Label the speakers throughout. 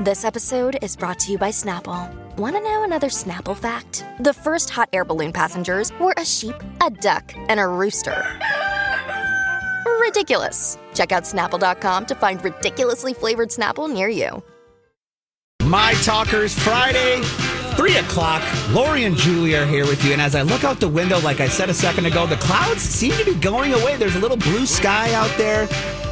Speaker 1: This episode is brought to you by Snapple. Want to know another Snapple fact? The first hot air balloon passengers were a sheep, a duck, and a rooster. Ridiculous. Check out snapple.com to find ridiculously flavored Snapple near you.
Speaker 2: My Talkers Friday, 3 o'clock. Lori and Julie are here with you. And as I look out the window, like I said a second ago, the clouds seem to be going away. There's a little blue sky out there.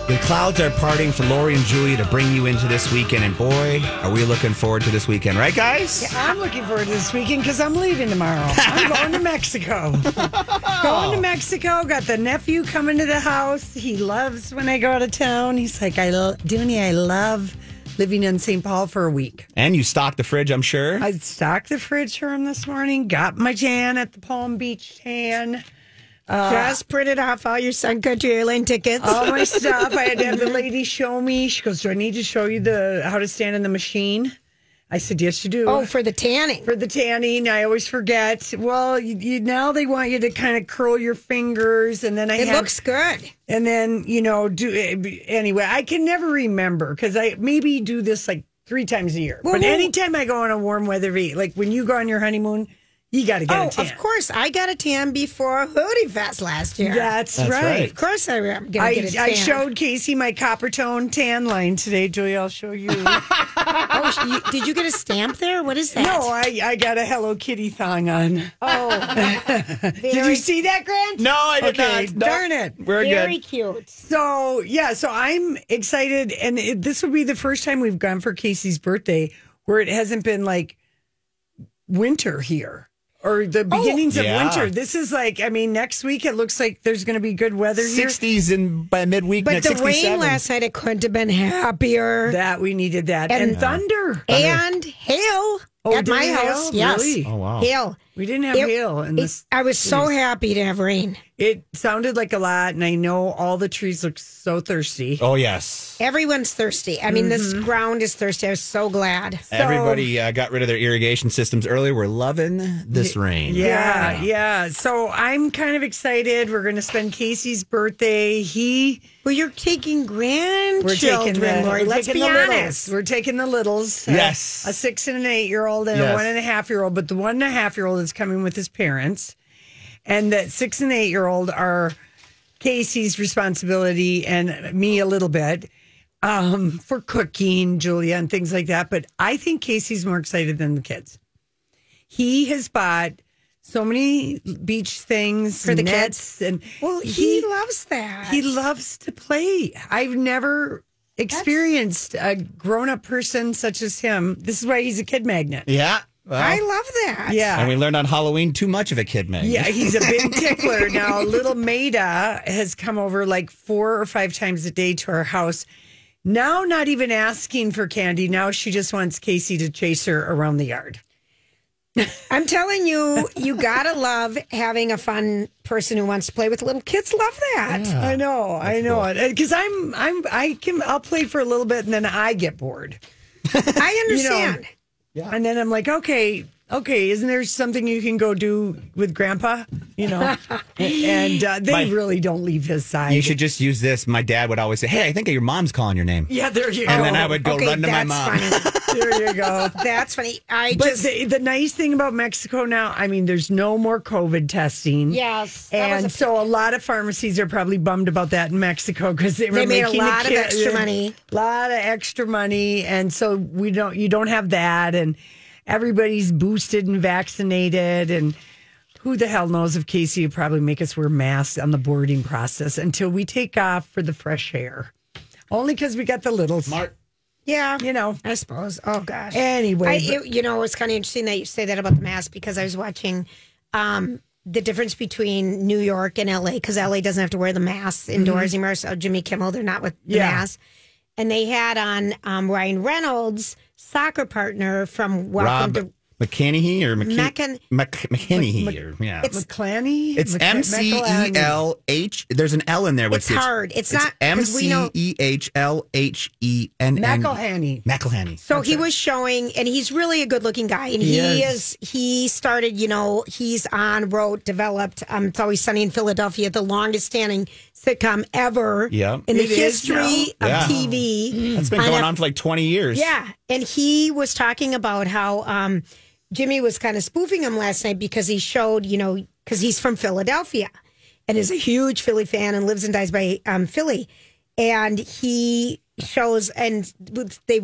Speaker 2: The clouds are parting for Lori and Julie to bring you into this weekend. And boy, are we looking forward to this weekend, right, guys?
Speaker 3: I'm looking forward to this weekend because I'm leaving tomorrow. I'm going to Mexico. going to Mexico. Got the nephew coming to the house. He loves when I go out of town. He's like, I lo- Dooney, I love living in St. Paul for a week.
Speaker 2: And you stock the fridge, I'm sure.
Speaker 3: I stocked the fridge for him this morning. Got my tan at the Palm Beach tan.
Speaker 4: Just printed off all your Sun Country Airline tickets.
Speaker 3: All my stuff. I had to have the lady show me. She goes, Do I need to show you the how to stand in the machine? I said, Yes, you do.
Speaker 4: Oh, for the tanning.
Speaker 3: for the tanning. I always forget. Well, you, you now they want you to kind of curl your fingers, and then I
Speaker 4: It
Speaker 3: have,
Speaker 4: looks good.
Speaker 3: and then you know do eh, anyway. I can never remember because I maybe do this like three times a year. but
Speaker 4: who-
Speaker 3: anytime I go on a warm weather v, like when you go on your honeymoon, you got to get
Speaker 4: Oh,
Speaker 3: a tan.
Speaker 4: of course. I got a tan before Hootie Fest last year.
Speaker 3: That's,
Speaker 2: That's
Speaker 3: right.
Speaker 2: right.
Speaker 4: Of course I am going to
Speaker 3: I,
Speaker 4: get a tan.
Speaker 3: I showed Casey my copper tone tan line today, Julie. I'll show you. no,
Speaker 4: Oh, you, did you get a stamp there? What is that?
Speaker 3: I, I got a Hello Kitty thong on.
Speaker 4: Oh,
Speaker 3: Did
Speaker 4: Very-
Speaker 3: you see that, Grant?
Speaker 2: No, I did
Speaker 3: Okay,
Speaker 2: not. No.
Speaker 3: darn it.
Speaker 2: We're
Speaker 4: very
Speaker 2: good.
Speaker 4: cute.
Speaker 3: So yeah, so I'm excited, and it, this will be the first time we've gone for Casey's birthday where it hasn't been like winter here or the beginnings of
Speaker 2: Yeah.
Speaker 3: winter. This is like, I mean, next week it looks like there's going to be good weather here.
Speaker 2: 60s in by midweek
Speaker 4: But
Speaker 2: next
Speaker 4: the
Speaker 2: 67.
Speaker 4: rain last night, I couldn't have been happier.
Speaker 3: That we needed that and,
Speaker 4: And-
Speaker 3: thunder.
Speaker 4: and hail
Speaker 3: Oh,
Speaker 4: at my
Speaker 3: during hail?
Speaker 4: house. Yes.
Speaker 3: Really?
Speaker 2: Oh, wow.
Speaker 4: Hail.
Speaker 3: We didn't have
Speaker 4: It-
Speaker 3: hail, and
Speaker 4: it-
Speaker 3: this
Speaker 4: I was so happy to have rain.
Speaker 3: it sounded like a lot. And I know all the trees look so thirsty.
Speaker 2: Oh, yes.
Speaker 4: Everyone's thirsty. I mean, this ground is thirsty. I was so glad.
Speaker 2: Everybody uh, got rid of their irrigation systems earlier. We're loving this rain.
Speaker 3: Yeah, yeah. So I'm kind of excited. We're going to spend Casey's birthday. He
Speaker 4: Well, you're taking
Speaker 3: We're
Speaker 4: grandchildren,
Speaker 3: taking the,
Speaker 4: Lori.
Speaker 3: we're
Speaker 4: Let's
Speaker 3: taking
Speaker 4: be
Speaker 3: the littles.
Speaker 4: honest.
Speaker 3: We're taking the littles. uh,
Speaker 2: Yes.
Speaker 3: a six and an eight year old and a
Speaker 2: Yes.
Speaker 3: one and a half year old. But the one and a half year old is coming with his parents, and that six and eight year old are Casey's responsibility and me a little bit um, for cooking, Julia, and things like that. But I think Casey's more excited than the kids. He has bought so many beach things
Speaker 4: For the
Speaker 3: nets, and
Speaker 4: Well, he, loves that.
Speaker 3: he loves to play. I've never experienced a grown up person such as him. This is why he's a kid magnet.
Speaker 2: Yeah. Well,
Speaker 4: I love that.
Speaker 2: and
Speaker 3: Yeah.
Speaker 2: we learned on Halloween too much of a kid, man.
Speaker 3: Yeah, he's a big tickler. Now, little Maida has come over like four or five times a day to our house. Now, not even asking for candy. Now she just wants Casey to chase her around the yard.
Speaker 4: I'm telling you, you gotta love having a fun person who wants to play with little kids. Love that.
Speaker 2: Ah,
Speaker 3: I know, I know it because I'm, I'm, I can, I'll play for a little bit and then I get bored.
Speaker 4: I
Speaker 3: know,
Speaker 4: understand.
Speaker 3: And then I'm like, okay, okay, isn't there something you can go do with grandpa? You know? and uh, they
Speaker 2: My-
Speaker 3: really don't leave his side.
Speaker 2: You should just use this. My dad would always say, Hey, I think your mom's calling your name.
Speaker 3: yeah, there you
Speaker 2: And
Speaker 3: go.
Speaker 2: then I would go
Speaker 4: okay,
Speaker 2: run to my
Speaker 4: that's
Speaker 2: mom.
Speaker 4: funny.
Speaker 3: there you go.
Speaker 4: that's funny. I
Speaker 3: But
Speaker 4: just
Speaker 3: the, the nice thing about Mexico now, I mean, there's no more COVID testing.
Speaker 4: yes, that was
Speaker 3: And
Speaker 4: a-
Speaker 3: so a lot of pharmacies are probably bummed about that in Mexico because they were
Speaker 4: They made a
Speaker 3: making the
Speaker 4: lot of
Speaker 3: kid-
Speaker 4: extra money.
Speaker 3: A lot of extra money, and so we don't. You don't have that, and everybody's boosted and vaccinated, and who the hell knows if Casey would probably make us wear masks on the boarding process until we take off for the fresh air, only because we got the littles.
Speaker 2: Mark.
Speaker 4: yeah,
Speaker 3: You know.
Speaker 4: I suppose. Oh gosh.
Speaker 3: Anyway,
Speaker 4: I,
Speaker 3: but-
Speaker 4: it, you know, it's kind of interesting that you say that about the mask because I was watching um, the difference between New York and LA because LA doesn't have to wear the mask indoors anymore. So Jimmy Kimmel, they're not with the
Speaker 3: Yeah.
Speaker 4: mask. and they had on um, Ryan Reynolds, soccer partner from Welcome
Speaker 2: Rob
Speaker 4: to
Speaker 2: McKinney or
Speaker 4: Mechan-
Speaker 2: McKinney? McKinney. Yeah.
Speaker 4: It's-
Speaker 3: McClanny?
Speaker 2: It's
Speaker 3: Mc-
Speaker 2: M C E L H. There's an L in there. With
Speaker 4: It's
Speaker 2: the-
Speaker 4: hard. It's not-
Speaker 2: M
Speaker 4: 'cause we know-
Speaker 2: C E H L H E N N.
Speaker 3: McElhenney.
Speaker 2: McElhenney.
Speaker 4: So he was showing, and he's really a good-looking guy, and he, is. He started, you know, he's on, wrote, developed. Um, it's always sunny in Philadelphia, the longest-standing sitcom ever
Speaker 2: Yeah.
Speaker 4: in the
Speaker 3: It is
Speaker 4: history
Speaker 2: now.
Speaker 4: of
Speaker 2: Yeah.
Speaker 4: TV.
Speaker 2: That's been
Speaker 4: on
Speaker 2: going
Speaker 4: a-
Speaker 2: on for like 20 years.
Speaker 4: Yeah, and he was talking about how um, Jimmy was kind of spoofing him last night because he showed, you know, because he's from Philadelphia and is a huge Philly fan and lives and dies by um, Philly, and he shows and they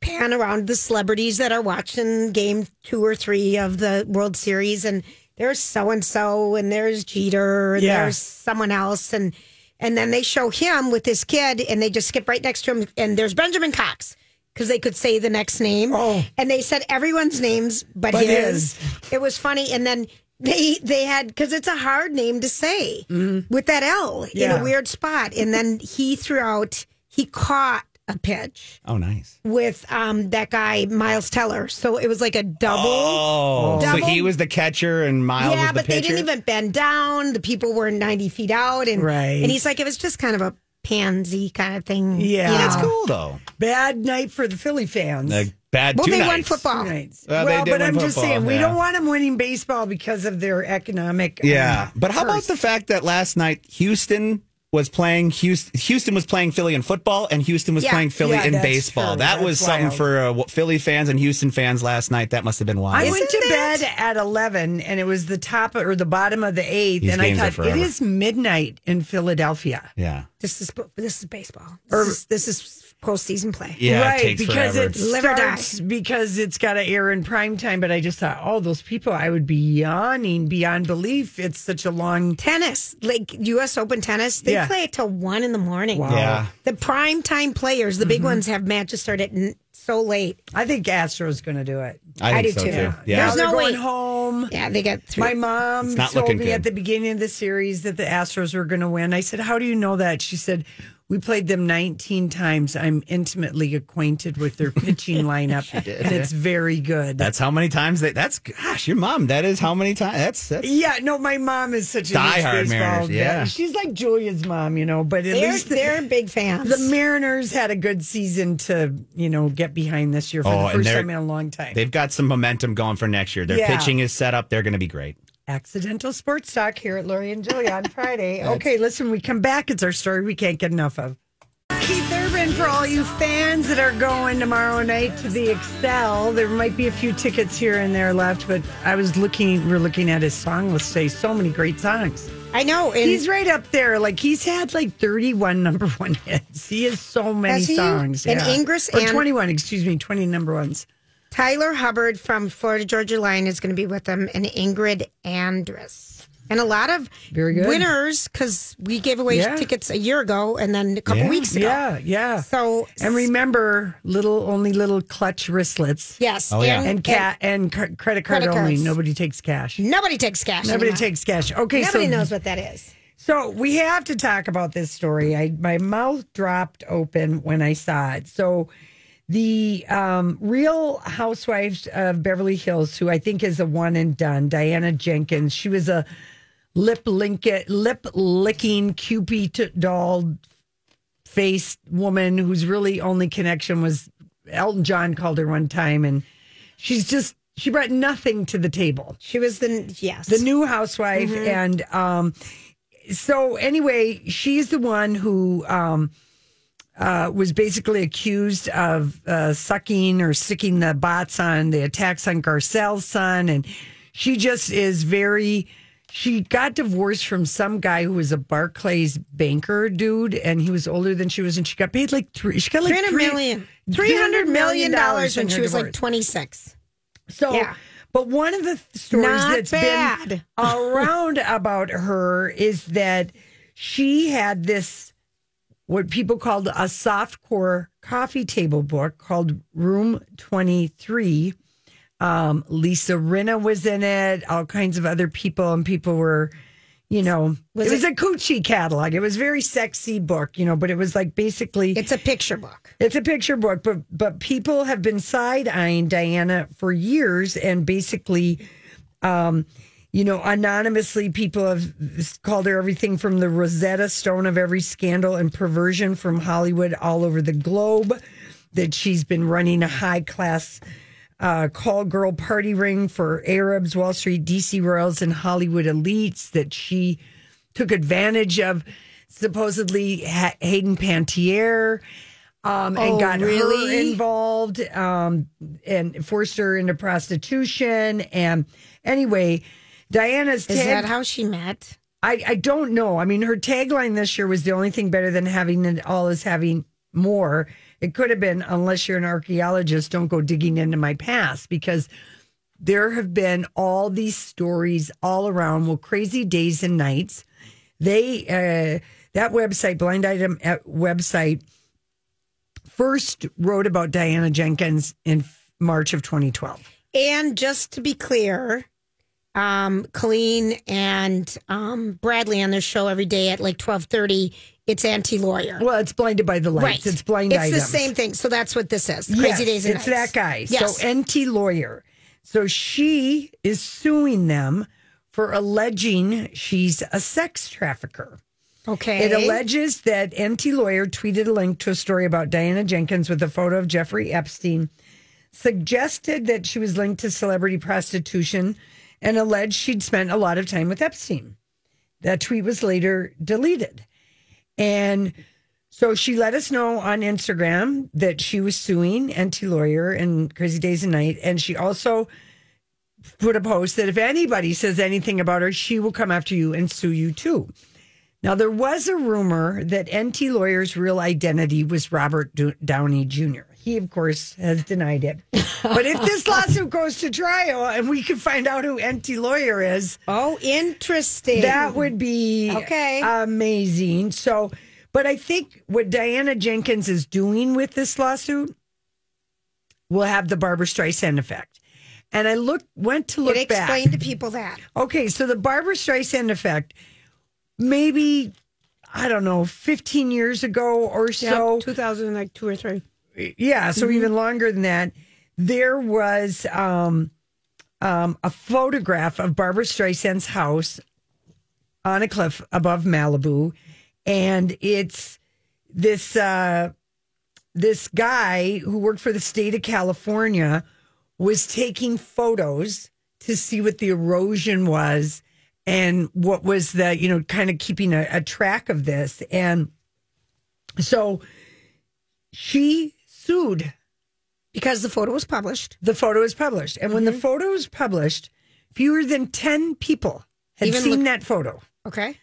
Speaker 4: pan around the celebrities that are watching game two or three of the World Series, and there's so and so, and there's Jeter, and
Speaker 3: Yeah.
Speaker 4: there's someone else, and and then they show him with this kid, and they just skip right next to him, and there's Benjamin Cox because they could say the next name,
Speaker 3: Oh.
Speaker 4: and they said everyone's names but,
Speaker 3: But
Speaker 4: his.
Speaker 3: his.
Speaker 4: It was funny, and then. They they had because it's a hard name to say with that L in
Speaker 3: Mm-hmm. Yeah.
Speaker 4: a weird spot, and then he threw out he caught a pitch,
Speaker 2: Oh, nice.
Speaker 4: with um that guy Miles Teller. So it was like a double.
Speaker 2: Oh, so
Speaker 4: Double-
Speaker 2: he was the catcher and Miles
Speaker 4: yeah,
Speaker 2: was the
Speaker 4: but
Speaker 2: pitcher.
Speaker 4: they didn't even bend down. The people were ninety feet out, and
Speaker 3: Right.
Speaker 4: and he's like, it was just kind of a pansy kind of thing.
Speaker 3: Yeah.
Speaker 4: you know?
Speaker 3: That's
Speaker 2: It's cool though.
Speaker 3: Bad night for the Philly fans.
Speaker 2: Like bad.
Speaker 4: Oh. Well,
Speaker 2: two
Speaker 4: they won
Speaker 2: nights.
Speaker 4: football.
Speaker 3: Two nights.
Speaker 2: Well,
Speaker 3: Well,
Speaker 2: they did
Speaker 3: but
Speaker 2: win
Speaker 3: I'm just
Speaker 2: football,
Speaker 3: saying, we
Speaker 2: yeah.
Speaker 3: don't want them winning baseball because of their economic. um,
Speaker 2: Yeah, but how about
Speaker 3: curse.
Speaker 2: the fact that last night Houston was playing Houston, Houston was playing Philly in football, and Houston was
Speaker 4: Yeah.
Speaker 2: playing Philly
Speaker 3: Yeah,
Speaker 2: in
Speaker 3: that's
Speaker 2: baseball.
Speaker 3: true.
Speaker 2: That
Speaker 3: That's
Speaker 2: was something
Speaker 3: wild.
Speaker 2: for uh, Philly fans and Houston fans last night. That must have been wild.
Speaker 3: I went
Speaker 4: Isn't
Speaker 3: to
Speaker 4: that-
Speaker 3: bed at 11 and it was the top or the bottom of the eighth.
Speaker 2: These
Speaker 3: and I
Speaker 2: games are
Speaker 3: thought, it
Speaker 2: forever.
Speaker 3: is midnight in Philadelphia.
Speaker 2: yeah,
Speaker 4: This is this is baseball. This is this is postseason play.
Speaker 2: yeah, it
Speaker 3: right,
Speaker 2: takes
Speaker 3: because
Speaker 2: forever.
Speaker 3: it
Speaker 4: Live or die.
Speaker 3: starts because it's got to air in prime time. But I just thought, oh, those people, I would be yawning beyond belief. It's such a long.
Speaker 4: Tennis, like U.S. Open tennis, they
Speaker 3: Yeah.
Speaker 4: play it till one in the morning.
Speaker 2: yeah,
Speaker 4: The prime time players, the big
Speaker 3: Mm-hmm.
Speaker 4: ones, have matches start at n- so late.
Speaker 3: I think Astro's going to do it.
Speaker 2: I,
Speaker 4: I
Speaker 2: think
Speaker 4: do
Speaker 2: so
Speaker 4: too.
Speaker 2: too.
Speaker 4: Yeah.
Speaker 2: Yeah,
Speaker 3: Now
Speaker 4: There's
Speaker 3: they're
Speaker 4: no
Speaker 3: going
Speaker 4: way.
Speaker 3: home.
Speaker 4: Yeah, they get through.
Speaker 3: My mom
Speaker 2: It's not
Speaker 3: told
Speaker 2: looking
Speaker 3: me
Speaker 2: good.
Speaker 3: at the beginning of the series that the Astros were going to win. I said, "How do you know that?" She said, "We played them 19 times. I'm intimately acquainted with their pitching lineup, and it's very good."
Speaker 2: that's how many times they. That's gosh, your mom. That is how many times. That's that's
Speaker 3: yeah, no, my mom is such a
Speaker 2: Die
Speaker 3: huge
Speaker 2: hard
Speaker 3: baseball
Speaker 2: Mariners,
Speaker 3: fan.
Speaker 2: yeah.
Speaker 3: she's like Julia's mom, you know. But at
Speaker 4: They're,
Speaker 3: least the,
Speaker 4: they're big fans.
Speaker 3: the Mariners had a good season to you know get behind this year for
Speaker 2: Oh,
Speaker 3: the
Speaker 2: and
Speaker 3: first
Speaker 2: they're-
Speaker 3: time in a long time.
Speaker 2: they've got some momentum going for next year. Their
Speaker 3: Yeah.
Speaker 2: pitching is set up. They're going to be great.
Speaker 3: Accidental sports talk here at Lori and Julia on Friday. okay, listen, we come back. It's our story we can't get enough of. Keith Urban, for all you fans that are going tomorrow night to the Excel, there might be a few tickets here and there left, but I was looking, we're looking at his song list today. So many great songs.
Speaker 4: I know. And
Speaker 3: He's right up there. Like, he's had like 31 number one hits. He has so many
Speaker 4: Has he?
Speaker 3: songs.
Speaker 4: And
Speaker 3: yeah.
Speaker 4: Ingres
Speaker 3: Or
Speaker 4: and-
Speaker 3: 21, excuse me, 20 number ones.
Speaker 4: Tyler Hubbard from Florida Georgia Line is going to be with them, and Ingrid Andress. And a lot of
Speaker 3: Very good.
Speaker 4: winners because we gave away
Speaker 3: Yeah.
Speaker 4: tickets a year ago and then a couple
Speaker 2: Yeah.
Speaker 4: weeks ago.
Speaker 3: Yeah, yeah.
Speaker 4: So,
Speaker 3: And remember, little, only little clutch wristlets.
Speaker 4: yes.
Speaker 2: Oh, yeah.
Speaker 3: and cat and cr- credit card
Speaker 4: Credit
Speaker 3: only.
Speaker 4: cards.
Speaker 3: Nobody takes cash.
Speaker 4: and nobody takes cash.
Speaker 3: Nobody
Speaker 4: anymore.
Speaker 3: takes cash. Okay,
Speaker 4: Nobody
Speaker 3: so
Speaker 4: knows what that is.
Speaker 3: so we have to talk about this story. I my mouth dropped open when I saw it. So the um, Real Housewives of Beverly Hills, who I think is a one and done, Diana Jenkins. She was a lip link lip licking cupid doll faced woman whose really only connection was Elton John called her one time, and she's just she brought nothing to the table
Speaker 4: She was the yes. Mm-hmm.
Speaker 3: the new housewife and um so anyway she's the one who um uh, was basically accused of uh, sucking or sticking the bots on the attacks on Garcelle's son, and she just is very. She got divorced from some guy who was a Barclays banker dude, and he was older than she was, and she got paid like three. She got like
Speaker 4: Three hundred million. Three hundred million dollars when she was like twenty six.
Speaker 3: so,
Speaker 4: Yeah.
Speaker 3: but one of the th- stories
Speaker 4: Not
Speaker 3: that's
Speaker 4: bad.
Speaker 3: been around about her is that she had this what people called a soft core coffee table book called Room 23. Um, Lisa Rinna was in it, all kinds of other people, and people were, you know,
Speaker 4: Was
Speaker 3: it was
Speaker 4: it-
Speaker 3: a coochie catalog. It was a very sexy book, you know, but it was like basically
Speaker 4: It's a picture book.
Speaker 3: it's a picture book, but but people have been side eyeing Diana for years, and basically, um, you know, anonymously, people have called her everything from the Rosetta Stone of every scandal and perversion from Hollywood all over the globe. That she's been running a high class uh, call girl party ring for Arabs, Wall Street, DC royals, and Hollywood elites that she took advantage of. Supposedly, ha- Hayden Pantier um, and
Speaker 4: Oh,
Speaker 3: got her
Speaker 4: really?
Speaker 3: involved um, and forced her into prostitution. And anyway, Diana's
Speaker 4: Is
Speaker 3: tag.
Speaker 4: that how she met?
Speaker 3: I, I don't know. I mean, her tagline this year was the only thing better than having it all is having more. It could have been, unless you're an archaeologist, don't go digging into my past because there have been all these stories all around. Well, crazy days and nights. They uh, that website, blind item uh, website, first wrote about Diana Jenkins in March of 2012.
Speaker 4: And just to be clear, um, Colleen and um, Bradley on their show every day at like twelve thirty. It's anti lawyer.
Speaker 3: Well, it's blinded by the lights. It's blind
Speaker 4: It's
Speaker 3: item.
Speaker 4: the same thing. So that's what this is. Crazy
Speaker 3: Yes,
Speaker 4: days and
Speaker 3: it's that
Speaker 4: nights.
Speaker 3: guy.
Speaker 4: Yes.
Speaker 3: So NT lawyer. So she is suing them for alleging she's a sex trafficker.
Speaker 4: okay.
Speaker 3: It alleges that NT lawyer tweeted a link to a story about Diana Jenkins with a photo of Jeffrey Epstein, suggested that she was linked to celebrity prostitution, and alleged she'd spent a lot of time with Epstein. That tweet was later deleted. And so she let us know on Instagram that she was suing NT Lawyer and Crazy Days and Night. And she also put a post that if anybody says anything about her, she will come after you and sue you too. Now, there was a rumor that NT Lawyer's real identity was Robert Do- Downey Jr. He, of course, has denied it. But if this lawsuit goes to trial and we can find out who NT Lawyer is,
Speaker 4: Oh, interesting.
Speaker 3: that would be
Speaker 4: Okay.
Speaker 3: amazing. So, but I think what Diana Jenkins is doing with this lawsuit will have the Barbara Streisand effect. And I looked, went to look
Speaker 4: it
Speaker 3: back.
Speaker 4: explained to people that.
Speaker 3: Okay, so the Barbara Streisand effect, maybe I don't know, fifteen years ago or so.
Speaker 4: two thousand like two or three.
Speaker 3: Yeah, so even longer than that, there was um, um, a photograph of Barbara Streisand's house on a cliff above Malibu, and it's this uh, this guy who worked for the state of California was taking photos to see what the erosion was and what was the you know kind of keeping a, a track of this and so she sued
Speaker 4: Because the photo was published.
Speaker 3: the photo was published. And
Speaker 4: Mm-hmm.
Speaker 3: when the photo was published, fewer than 10 people had
Speaker 4: Even
Speaker 3: seen
Speaker 4: look-
Speaker 3: that photo,
Speaker 4: Okay.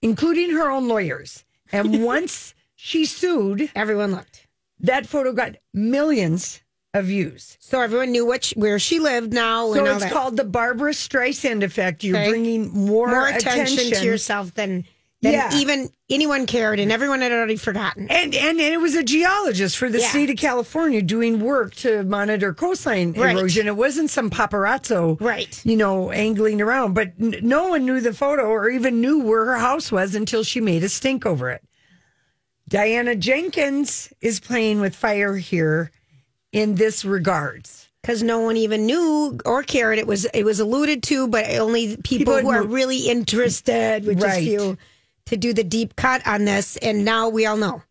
Speaker 3: including her own lawyers. And once she sued,
Speaker 4: Everyone looked.
Speaker 3: that photo got millions of views.
Speaker 4: So everyone knew what she, where she lived
Speaker 3: So
Speaker 4: now Oh, and all
Speaker 3: it's
Speaker 4: that.
Speaker 3: called the Barbara Streisand effect. You're
Speaker 4: Okay.
Speaker 3: bringing more,
Speaker 4: more attention, to yourself than than
Speaker 3: Yeah.
Speaker 4: even anyone cared and everyone had already forgotten.
Speaker 3: And, and and it was a geologist for the
Speaker 4: Yeah.
Speaker 3: state of California doing work to monitor coastline
Speaker 4: Right.
Speaker 3: erosion. It wasn't some paparazzo,
Speaker 4: Right.
Speaker 3: You know, angling around. But n- no one knew the photo or even knew where her house was until she made a stink over it. Diana Jenkins is playing with fire here in this regards.
Speaker 4: Because no one even knew or cared. It was it was alluded to, but only people,
Speaker 3: People
Speaker 4: who are
Speaker 3: knew-
Speaker 4: really interested, which
Speaker 3: Right.
Speaker 4: is few, to do the deep cut on this. And now we all know.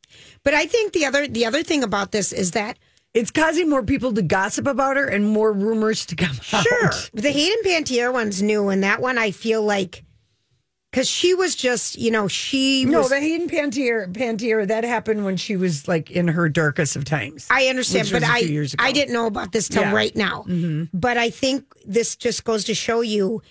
Speaker 4: But I think the other the other thing about this is that
Speaker 3: It's causing more people to gossip about her and more rumors to come out.
Speaker 4: Sure. The Hayden Pantier one's new, and that one I feel like because she was just, you know, she
Speaker 3: No,
Speaker 4: was.
Speaker 3: the Hayden Pantier, Pantier, that happened when she was like in her darkest of times.
Speaker 4: I understand,
Speaker 3: which
Speaker 4: but
Speaker 3: was a
Speaker 4: I
Speaker 3: few years ago.
Speaker 4: I didn't know about this till
Speaker 3: Yeah. Mm-hmm.
Speaker 4: right now. But I think this just goes to show you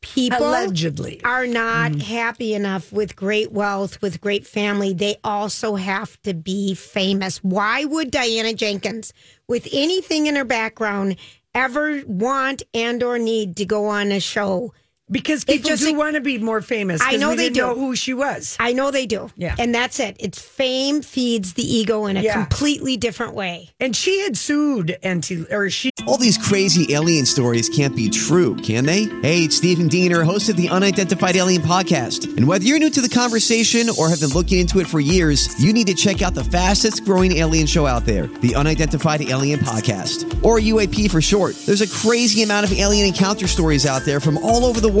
Speaker 4: people
Speaker 3: Allegedly.
Speaker 4: are not
Speaker 3: Mm-hmm.
Speaker 4: happy enough with great wealth, with great family. They also have to be famous. Why would Diana Jenkins, with anything in her background, ever want and or need to go on a show
Speaker 3: Because
Speaker 4: It
Speaker 3: people
Speaker 4: just-
Speaker 3: do want to be more famous.
Speaker 4: I
Speaker 3: 'cause
Speaker 4: know
Speaker 3: we
Speaker 4: they
Speaker 3: didn't know
Speaker 4: do.
Speaker 3: who she was.
Speaker 4: I know they do.
Speaker 3: Yeah.
Speaker 4: And that's it. It's fame feeds the ego in a
Speaker 3: Yeah.
Speaker 4: completely different way.
Speaker 3: And she had sued NT, or she
Speaker 5: All these crazy alien stories can't be true, can they? Hey, it's Stephen Diener, host of the Unidentified Alien Podcast. And whether you're new to the conversation or have been looking into it for years, you need to check out the fastest growing alien show out there, the Unidentified Alien Podcast, or UAP for short. There's a crazy amount of alien encounter stories out there from all over the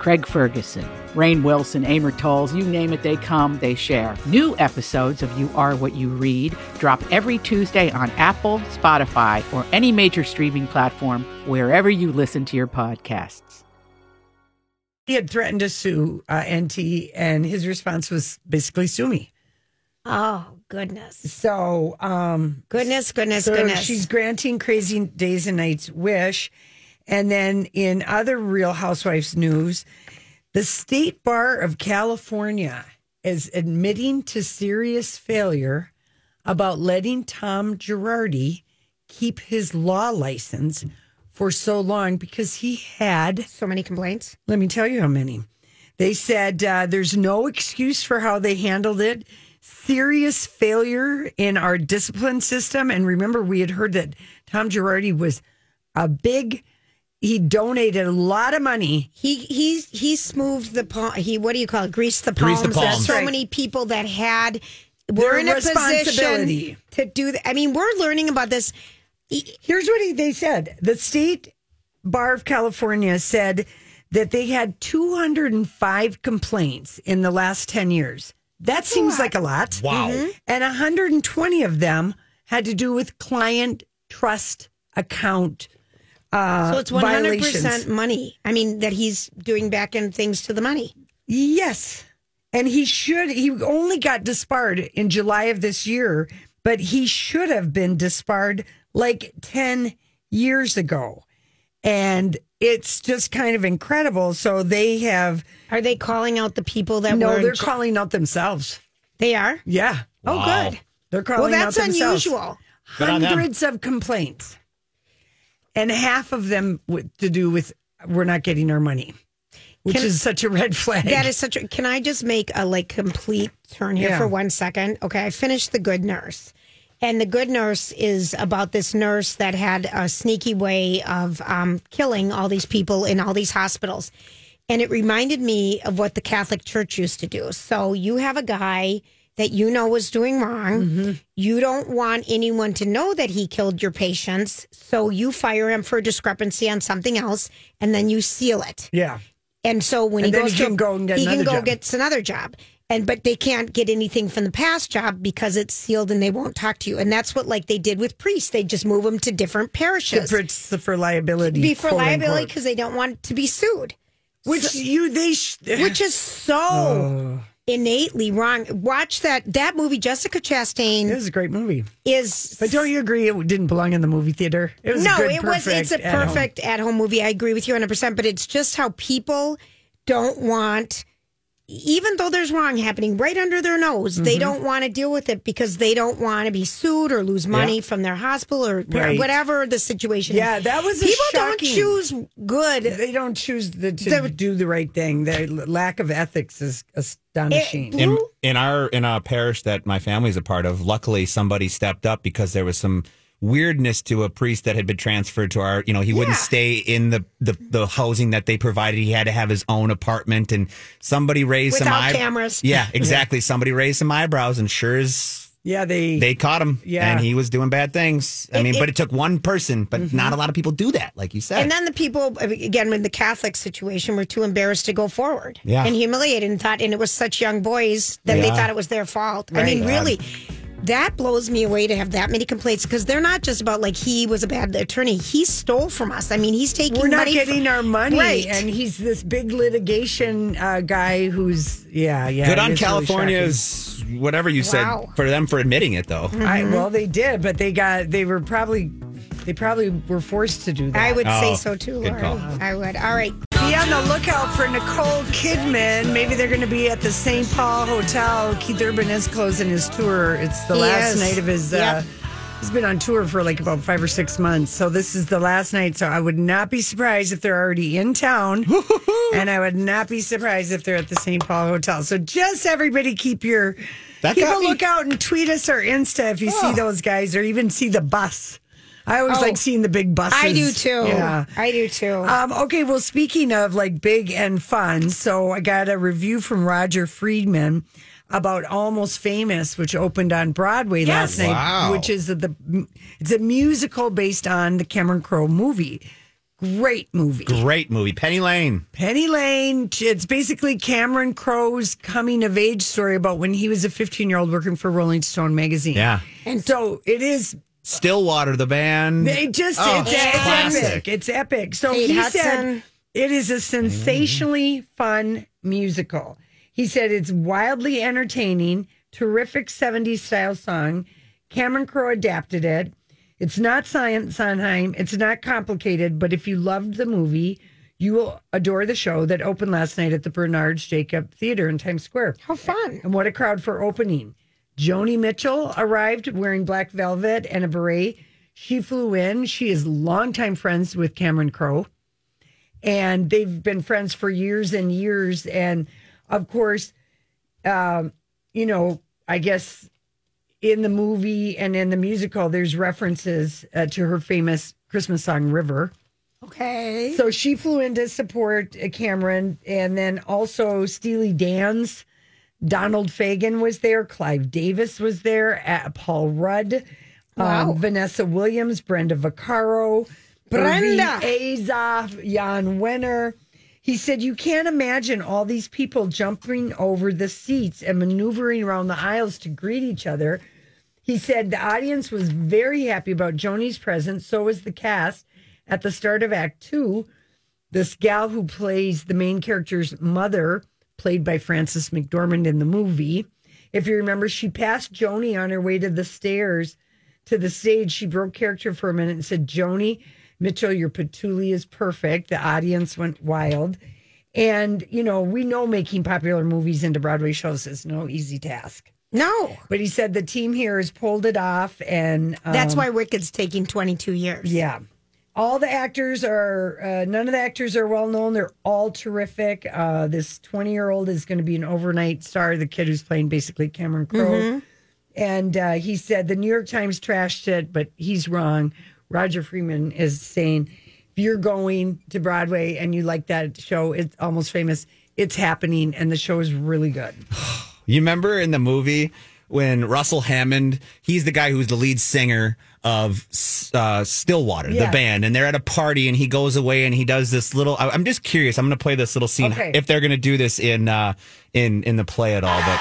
Speaker 6: Craig Ferguson, Rain Wilson, Amor Tolls, you name it, they come, they share. New episodes of You Are What You Read drop every Tuesday on Apple, Spotify, or any major streaming platform wherever you listen to your podcasts.
Speaker 3: had threatened to sue uh, NT, and his response was basically sue me.
Speaker 4: Oh, goodness.
Speaker 3: So, um,
Speaker 4: Goodness, goodness,
Speaker 3: so
Speaker 4: goodness.
Speaker 3: she's granting Crazy Days and Nights wish. And then in other Real Housewives news, the State Bar of California is admitting to serious failure about letting Tom Girardi keep his law license for so long because he had
Speaker 4: so many complaints.
Speaker 3: let me tell you how many. They said uh, there's no excuse for how they handled it. Serious failure in our discipline system. And remember, we had heard that Tom Girardi was a big, he donated a lot of money.
Speaker 4: He he he smoothed the palm. He what do you call it? Greased the palms.
Speaker 2: Greased the palms.
Speaker 4: There's so
Speaker 3: Right.
Speaker 4: many people that had
Speaker 3: Their
Speaker 4: were in a position
Speaker 3: responsibility.
Speaker 4: to do that. I mean, we're learning about this.
Speaker 3: Here's what he, they said the state bar of California said that they had 205 complaints in the last 10 years. That seems like a lot.
Speaker 2: Wow.
Speaker 3: and 120 of them had to do with client trust account. Uh,
Speaker 4: So it's 100
Speaker 3: violations.
Speaker 4: percent money. I mean, that he's doing back end things to the money.
Speaker 3: Yes, and he should. He only got disbarred in July of this year, but he should have been disbarred like 10 years ago, and it's just kind of incredible. So they have
Speaker 4: Are they calling out the people that
Speaker 3: no.
Speaker 4: were? in
Speaker 3: They're
Speaker 4: ch-
Speaker 3: calling out themselves.
Speaker 4: they are.
Speaker 3: Yeah.
Speaker 4: Oh,
Speaker 2: Wow.
Speaker 4: good.
Speaker 3: They're
Speaker 4: Well,
Speaker 3: calling out
Speaker 4: that's
Speaker 3: themselves.
Speaker 4: unusual.
Speaker 2: Good on them.
Speaker 3: hundreds of complaints, and half of them w- to do with we're not getting our money, which
Speaker 4: Can-
Speaker 3: is such a red flag.
Speaker 4: That is such a. Can I just make a like complete turn here
Speaker 3: Yeah.
Speaker 4: for one second? Okay, I finished The Good Nurse. And The Good Nurse is about this nurse that had a sneaky way of um, killing all these people in all these hospitals. And it reminded me of what the Catholic Church used to do. So you have a guy that you know was doing wrong. You don't want anyone to know that he killed your patients. So you fire him for discrepancy on something else and then you seal it.
Speaker 3: yeah.
Speaker 4: And so when
Speaker 3: And
Speaker 4: he
Speaker 3: then
Speaker 4: goes
Speaker 3: he
Speaker 4: to
Speaker 3: can go and get
Speaker 4: he can
Speaker 3: another
Speaker 4: go
Speaker 3: job.
Speaker 4: gets another job. And but they can't get anything from the past job because it's sealed and they won't talk to you. And that's what like they did with priests. They just move them to different parishes.
Speaker 3: For, for liability.
Speaker 4: be for
Speaker 3: quote,
Speaker 4: liability
Speaker 3: unquote.
Speaker 4: because they don't want to be sued.
Speaker 3: Which you, they, sh- oh,
Speaker 4: Which is so
Speaker 3: Uh.
Speaker 4: innately wrong. Watch that that movie Jessica Chastain
Speaker 3: it was a great movie.
Speaker 4: is
Speaker 3: But don't you agree it didn't belong in the movie theater? It was a
Speaker 4: no,
Speaker 3: good,
Speaker 4: it was. It's a
Speaker 3: at home.
Speaker 4: perfect at home movie. I agree with you 100. percent But it's just how people don't want, even though there's wrong happening right under their nose,
Speaker 3: Mm-hmm.
Speaker 4: they don't want to deal with it because they don't want to be sued or lose money from their hospital or par-
Speaker 3: Right.
Speaker 4: whatever the situation.
Speaker 3: Yeah,
Speaker 4: is.
Speaker 3: that was a
Speaker 4: people
Speaker 3: shocking-
Speaker 4: don't choose good.
Speaker 3: They don't choose the, to
Speaker 4: They-
Speaker 3: do the right thing. Their lack of ethics is astonishing.
Speaker 2: in, in our in a parish that my family's a part of luckily somebody stepped up because there was some weirdness to a priest that had been transferred to our you know he wouldn't stay in the, the the housing that they provided he had to have his own apartment and somebody raised some
Speaker 4: Without
Speaker 2: eye-
Speaker 4: cameras.
Speaker 2: yeah exactly somebody raised some eyebrows and sure as
Speaker 3: yeah, they,
Speaker 2: they caught him
Speaker 3: Yeah.
Speaker 2: and he was doing bad things i mean
Speaker 4: it- Mm-hmm.
Speaker 2: but it took one person but not a lot of people do that like you said
Speaker 4: And then the people, again, in the Catholic situation, were too embarrassed to go forward
Speaker 2: Yeah.
Speaker 4: and humiliated and thought, and it was such young boys that they
Speaker 2: Yeah.
Speaker 4: thought it was their fault. I mean,
Speaker 2: Right.
Speaker 4: really, that blows me away to have that many complaints because they're not just about like he was a bad attorney. He stole from us. I mean, he's taking
Speaker 3: We're not
Speaker 4: money
Speaker 3: getting
Speaker 4: from-
Speaker 3: our money,
Speaker 4: Right.
Speaker 3: and he's this big litigation uh, guy who's yeah, yeah.
Speaker 2: Good
Speaker 3: it
Speaker 2: on
Speaker 3: is really
Speaker 2: California's whatever you
Speaker 4: Wow. Mm-hmm.
Speaker 2: said for them for admitting it though.
Speaker 3: shocking. I, well, they did, but they got they were probably they probably were forced to do that.
Speaker 4: I would
Speaker 2: Oh,
Speaker 4: say so too,
Speaker 2: good
Speaker 4: Lori.
Speaker 2: call.
Speaker 4: I would. All right.
Speaker 3: Be on the lookout for Nicole Kidman. Maybe they're going to be at the St. Paul Hotel. Keith Urban is closing his tour. It's the
Speaker 4: He
Speaker 3: last
Speaker 4: is.
Speaker 3: night of his. Uh,
Speaker 4: Yep.
Speaker 3: He's been on tour for like about five or six months. So this is the last night. So I would not be surprised if they're already in town. and I would not be surprised if they're at the St. Paul Hotel. So just everybody keep your.
Speaker 2: That
Speaker 3: keep
Speaker 2: got
Speaker 3: a
Speaker 2: me.
Speaker 3: lookout and tweet us or Insta if you see those guys or even see the bus. I always
Speaker 4: Oh.
Speaker 3: like seeing the big buses.
Speaker 4: I do too.
Speaker 3: Yeah.
Speaker 4: I do too.
Speaker 3: Um, okay, well, speaking of like big and fun, so I got a review from Roger Friedman about Almost Famous, which opened on Broadway last night,
Speaker 2: Wow.
Speaker 3: which is the it's a musical based on the Cameron Crowe movie. Great movie.
Speaker 2: Great movie. Penny Lane.
Speaker 3: Penny Lane. It's basically Cameron Crowe's coming of age story about when he was a 15 year old working for Rolling Stone magazine.
Speaker 2: Yeah.
Speaker 3: And so it is
Speaker 2: Stillwater the band.
Speaker 3: it just
Speaker 2: Oh,
Speaker 3: it's,
Speaker 2: it's
Speaker 3: it's
Speaker 2: classic.
Speaker 3: epic. It's epic. So
Speaker 4: Kate
Speaker 3: he said
Speaker 4: Hudson.
Speaker 3: it is a sensationally fun musical. He said it's wildly entertaining, terrific 70s style song. Cameron Crowe adapted it. It's not science Sondheim. It's not complicated, but if you loved the movie, you will adore the show that opened last night at the Bernard Jacob Theater in Times Square.
Speaker 4: How fun.
Speaker 3: And what a crowd for opening. Joni Mitchell arrived wearing black velvet and a beret. She flew in. She is longtime friends with Cameron Crowe. And they've been friends for years and years. And of course, um, you know, I guess in the movie and in the musical, there's references uh, to her famous Christmas song, River.
Speaker 4: Okay.
Speaker 3: So she flew in to support uh, Cameron, and then also Steely Dan's Donald Fagen was there, Clive Davis was there, uh, Paul Rudd, um, Vanessa Williams, Brenda Vaccaro,
Speaker 4: Brenda.
Speaker 3: Irene Azoff, Jan Wenner. He said, "You can't imagine all these people jumping over the seats and maneuvering around the aisles to greet each other." He said the audience was very happy about Joni's presence. So was the cast. At the start of Act Two, this gal who plays the main character's mother, played by Frances McDormand in the movie, if you remember, she passed Joni on her way to the stairs to the stage. She broke character for a minute and said, Joni Mitchell, your patchouli is perfect. The audience went wild. And, you know, we know making popular movies into Broadway shows is no easy task.
Speaker 4: No.
Speaker 3: But he said the team here has pulled it off, and um,
Speaker 4: That's why Wicked's taking 22 years.
Speaker 3: yeah, all the actors are uh, none of the actors are well known. They're all terrific. Uh, this twenty year old is going to be an overnight star. The kid who's playing basically Cameron Crowe, and uh, he said the New York Times trashed it, but he's wrong. Roger Freeman is saying if you're going to Broadway and you like that show, it's almost famous. It's happening, and the show is really good.
Speaker 2: You remember in the movie when Russell Hammond, he's the guy who's the lead singer of uh, Stillwater,
Speaker 3: Yeah.
Speaker 2: the band, and they're at a party and he goes away and he does this little. I, I'm just curious. I'm going to play this little scene
Speaker 3: Okay.
Speaker 2: if they're going to do this in uh, in in the play at all. But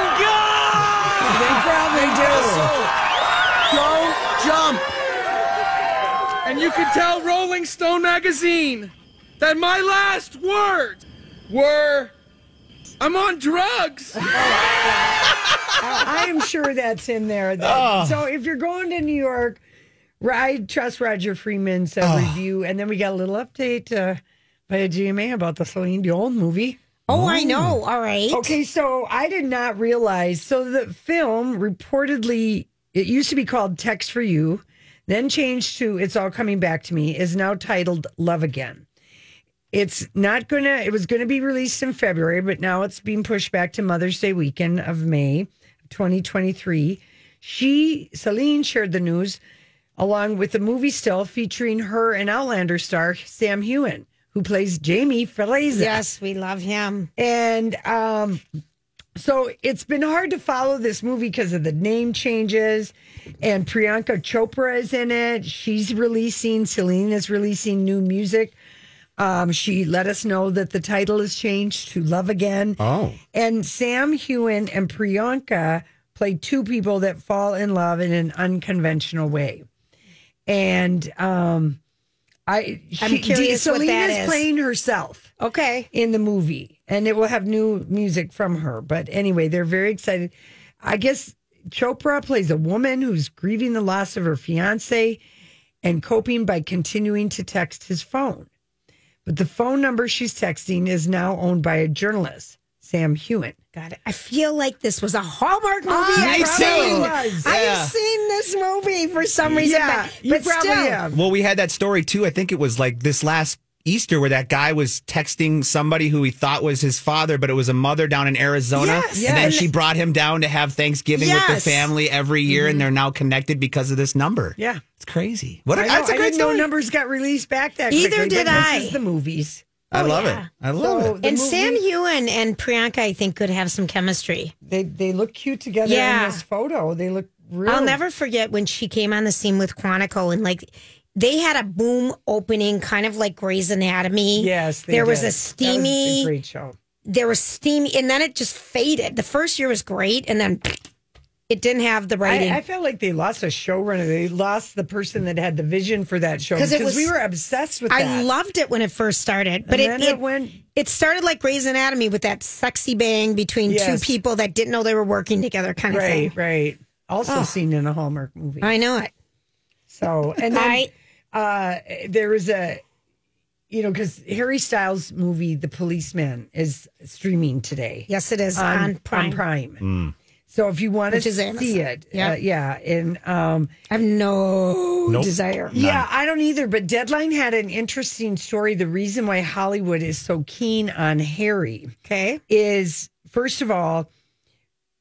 Speaker 3: They probably do.
Speaker 7: Go jump. And you can tell Rolling Stone magazine that my last words were I'm on drugs.
Speaker 3: I am sure that's in there.
Speaker 7: Ah.
Speaker 3: though. So if you're going to New York, I trust Roger Freeman's
Speaker 7: Ah.
Speaker 3: uh, review. And then we got a little update uh, by a GMA about the Celine Dion movie.
Speaker 4: Oh, I know. All right.
Speaker 3: Okay, so I did not realize. So the film reportedly, it used to be called Text for You, then changed to It's All Coming Back to Me, is now titled Love Again. It's not going to, it was going to be released in February, but now it's being pushed back to Mother's Day weekend of May 2023. She, Celine, shared the news along with the movie still featuring her and Outlander star Sam Hewen, who plays Jamie Feliza.
Speaker 4: Yes, we love him.
Speaker 3: And um, so it's been hard to follow this movie because of the name changes. And Priyanka Chopra is in it. She's releasing, Celine is releasing new music. Um, she let us know that the title has changed to Love Again.
Speaker 2: Oh.
Speaker 3: And Sam Hewen and Priyanka play two people that fall in love in an unconventional way. And um, I,
Speaker 4: I'm
Speaker 3: she-
Speaker 4: curious what
Speaker 3: Selena
Speaker 4: that
Speaker 3: is
Speaker 4: is.
Speaker 3: playing herself
Speaker 4: Okay.
Speaker 3: in the movie, and it will have new music from her. But anyway, they're very excited. I guess Chopra plays a woman who's grieving the loss of her fiance and coping by continuing to text his phone. But the phone number she's texting is now owned by a journalist, Sam Hewitt.
Speaker 4: God, I feel like this was a Hallmark movie.
Speaker 3: Ah,
Speaker 4: I
Speaker 3: me
Speaker 4: probably
Speaker 3: too.
Speaker 4: was.
Speaker 2: Yeah.
Speaker 4: I've seen this movie for some reason, but,
Speaker 3: you
Speaker 4: but
Speaker 3: probably
Speaker 4: still,
Speaker 3: have.
Speaker 2: Well, we had that story too. I think it was like this last Easter where that guy was texting somebody who he thought was his father, but it was a mother down in Arizona.
Speaker 4: Yes.
Speaker 2: And then
Speaker 4: Yes.
Speaker 2: she brought him down to have Thanksgiving with
Speaker 4: Yes.
Speaker 2: the family every year, and they're now connected because of this number.
Speaker 3: Mm-hmm. Yeah.
Speaker 2: It's crazy. What a,
Speaker 3: I, know,
Speaker 2: that's a
Speaker 3: I
Speaker 2: great
Speaker 3: didn't know
Speaker 2: story.
Speaker 3: numbers got released back that
Speaker 4: Either
Speaker 3: quickly,
Speaker 4: did
Speaker 3: but
Speaker 4: I.
Speaker 3: This is the movies.
Speaker 2: I love
Speaker 4: yeah.
Speaker 2: it. I love
Speaker 3: Oh, So
Speaker 2: it.
Speaker 3: the
Speaker 4: and
Speaker 3: movie-
Speaker 4: Sam Hewen and Priyanka, I think, could have some chemistry.
Speaker 3: they they look cute together
Speaker 4: Yeah.
Speaker 3: in this photo. They look real.
Speaker 4: I'll never forget when she came on the scene with Quantico and like they had a boom opening, kind of like Grey's Anatomy.
Speaker 3: Yes, they
Speaker 4: there
Speaker 3: did.
Speaker 4: was a
Speaker 3: That was
Speaker 4: steamy,
Speaker 3: a great show.
Speaker 4: there was steamy, and then it just faded. The first year was great, and then it didn't have the writing.
Speaker 3: I, I felt like they lost a showrunner. They lost the person that had the vision for that show
Speaker 4: 'Cause
Speaker 3: because
Speaker 4: it was-
Speaker 3: we were obsessed with.
Speaker 4: I
Speaker 3: that.
Speaker 4: loved it when it first started, but
Speaker 3: And
Speaker 4: it,
Speaker 3: then
Speaker 4: it,
Speaker 3: it went-
Speaker 4: It started like Grey's Anatomy with that sexy bang between
Speaker 3: Yes.
Speaker 4: two people that didn't know they were working together, kind of
Speaker 3: right,
Speaker 4: thing.
Speaker 3: right. Also seen in a Hallmark movie.
Speaker 4: I know it. Um,
Speaker 3: So and then
Speaker 4: I
Speaker 3: uh, there is a, you know, because Harry Styles' movie The Policeman is streaming today.
Speaker 4: yes, it is on, Prime.
Speaker 3: So if you want to
Speaker 4: Which is
Speaker 3: see
Speaker 4: Amazon.
Speaker 3: it,
Speaker 4: Yeah.
Speaker 3: uh, yeah, and um,
Speaker 4: I have no
Speaker 2: Nope.
Speaker 4: desire.
Speaker 3: Yeah, I don't either. But Deadline had an interesting story. The reason why Hollywood is so keen on Harry
Speaker 4: Okay.
Speaker 3: is, first of all,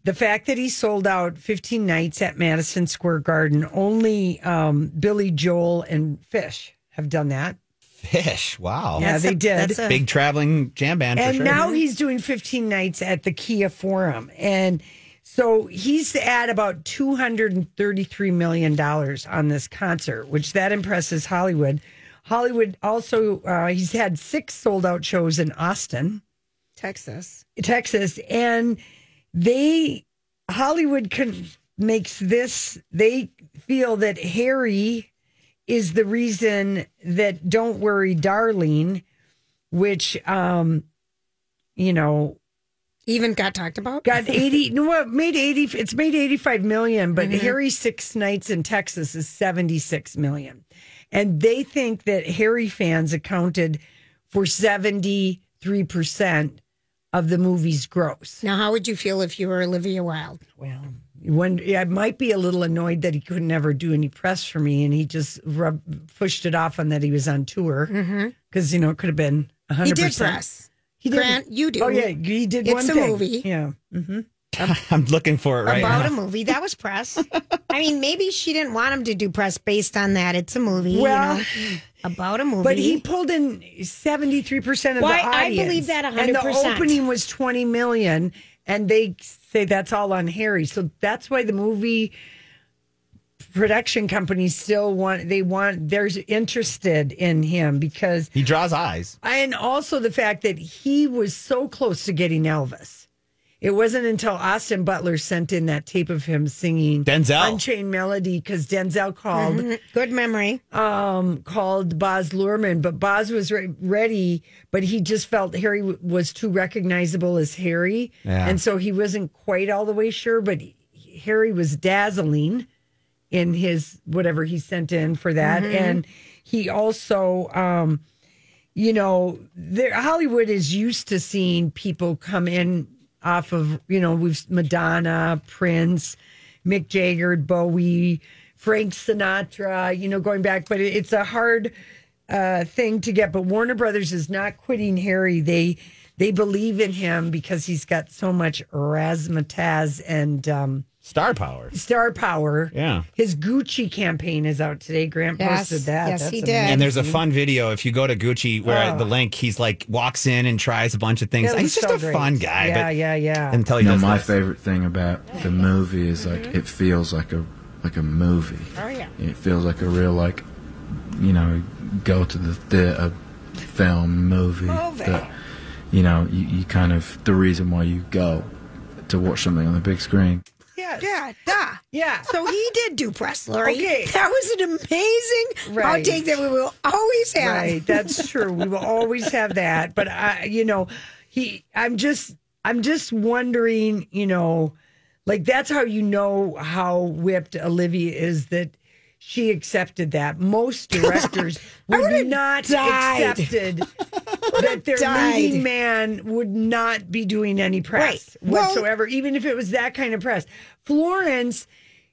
Speaker 3: the fact that he sold out 15 nights at Madison Square Garden. Only um, Billy Joel and Fish have done that.
Speaker 2: Fish. Wow.
Speaker 3: Yeah,
Speaker 4: That's
Speaker 3: they
Speaker 4: a-
Speaker 3: did.
Speaker 4: that's a-
Speaker 2: Big traveling jam band for
Speaker 3: and
Speaker 2: sure.
Speaker 3: now he's doing 15 nights at the Kia Forum. And so he's at about $233 million on this concert, which that impresses Hollywood. Hollywood also, uh, he's had six sold out shows in Austin,
Speaker 4: Texas.
Speaker 3: Texas. And they, Hollywood con- makes this, they feel that Harry is the reason that Don't Worry, Darling, which, um, you know,
Speaker 4: Even got talked about.
Speaker 3: got 80 no what made 80 it's made 85 million but harry six nights in texas is 76 million and they think that harry fans accounted for 73% of the movie's gross
Speaker 4: Now, how would you feel if you were Olivia Wilde?
Speaker 3: well when yeah, i might be a little annoyed that he could never do any press for me and he just rub, pushed it off on that he was on tour because you know it could have been 100%
Speaker 4: Mm-hmm. He did press.
Speaker 3: he
Speaker 4: Grant, you do.
Speaker 3: oh yeah he did
Speaker 4: It's
Speaker 3: one
Speaker 4: a
Speaker 3: thing.
Speaker 4: movie.
Speaker 3: yeah mm-hmm.
Speaker 2: I'm looking for it right
Speaker 4: about
Speaker 2: now.
Speaker 4: a movie that was press. I mean, maybe she didn't want him to do press based on that. It's a movie. you
Speaker 3: Well-
Speaker 4: know, about a movie.
Speaker 3: But he pulled in seventy three percent of
Speaker 4: Why,
Speaker 3: the
Speaker 4: I
Speaker 3: audience.
Speaker 4: believe that
Speaker 3: And the
Speaker 4: 100%.
Speaker 3: opening was twenty million, and they say that's all on Harry. So that's why the movie production companies still want they want they're interested in him because
Speaker 2: He draws eyes.
Speaker 3: and also the fact that he was so close to getting Elvis. It wasn't until Austin Butler sent in that tape of him singing
Speaker 2: Denzel.
Speaker 3: Unchained Melody because Denzel called
Speaker 4: Good memory.
Speaker 3: um, called Boz Luhrmann, but Boz was re- ready, but he just felt Harry w- was too recognizable as Harry,
Speaker 2: Yeah.
Speaker 3: and so he wasn't quite all the way sure. But he- Harry was dazzling in his whatever he sent in for that, and he also. Um, you know, there, Hollywood is used to seeing people come in off of, you know, we've Madonna, Prince, Mick Jagger, Bowie, Frank Sinatra, you know, going back, but it, it's a hard uh, thing to get. But Warner Brothers is not quitting Harry. They they believe in him because he's got so much razzmatazz and um,
Speaker 2: Star power.
Speaker 3: star power.
Speaker 2: Yeah.
Speaker 3: His Gucci campaign is out today. Grant
Speaker 4: Yes.
Speaker 3: posted that.
Speaker 4: Yes, he did.
Speaker 2: And there's a fun video if you go to Gucci where the link he's like walks in and tries a bunch of things.
Speaker 3: That
Speaker 2: He's
Speaker 3: was
Speaker 2: just
Speaker 3: Oh. so
Speaker 2: a
Speaker 3: great.
Speaker 2: fun guy.
Speaker 3: Yeah,
Speaker 2: but
Speaker 3: yeah, yeah.
Speaker 2: Until he
Speaker 8: You know,
Speaker 2: does
Speaker 8: my
Speaker 2: this.
Speaker 8: favorite thing about the movie is like it feels like a like a movie.
Speaker 4: Oh, yeah.
Speaker 8: It feels like a real like you know go to the theater film, movie,
Speaker 3: Movie.
Speaker 8: that you know you, you kind of the reason why you go to watch something on the big screen.
Speaker 3: Yes.
Speaker 4: Yeah, duh.
Speaker 3: Yeah.
Speaker 4: So he did do press, Lori.
Speaker 3: Okay.
Speaker 4: That was an amazing
Speaker 3: Right.
Speaker 4: outtake that we will always have.
Speaker 3: Right, that's true. We will always have that. But I, you know, he. I'm just, I'm just wondering. You know, like that's how you know how whipped Olivia is that she accepted that. Most directors would not
Speaker 4: died.
Speaker 3: accepted that their
Speaker 4: died.
Speaker 3: leading man would not be doing any press
Speaker 4: Right. Well-
Speaker 3: whatsoever, even if it was that kind of press. Florence.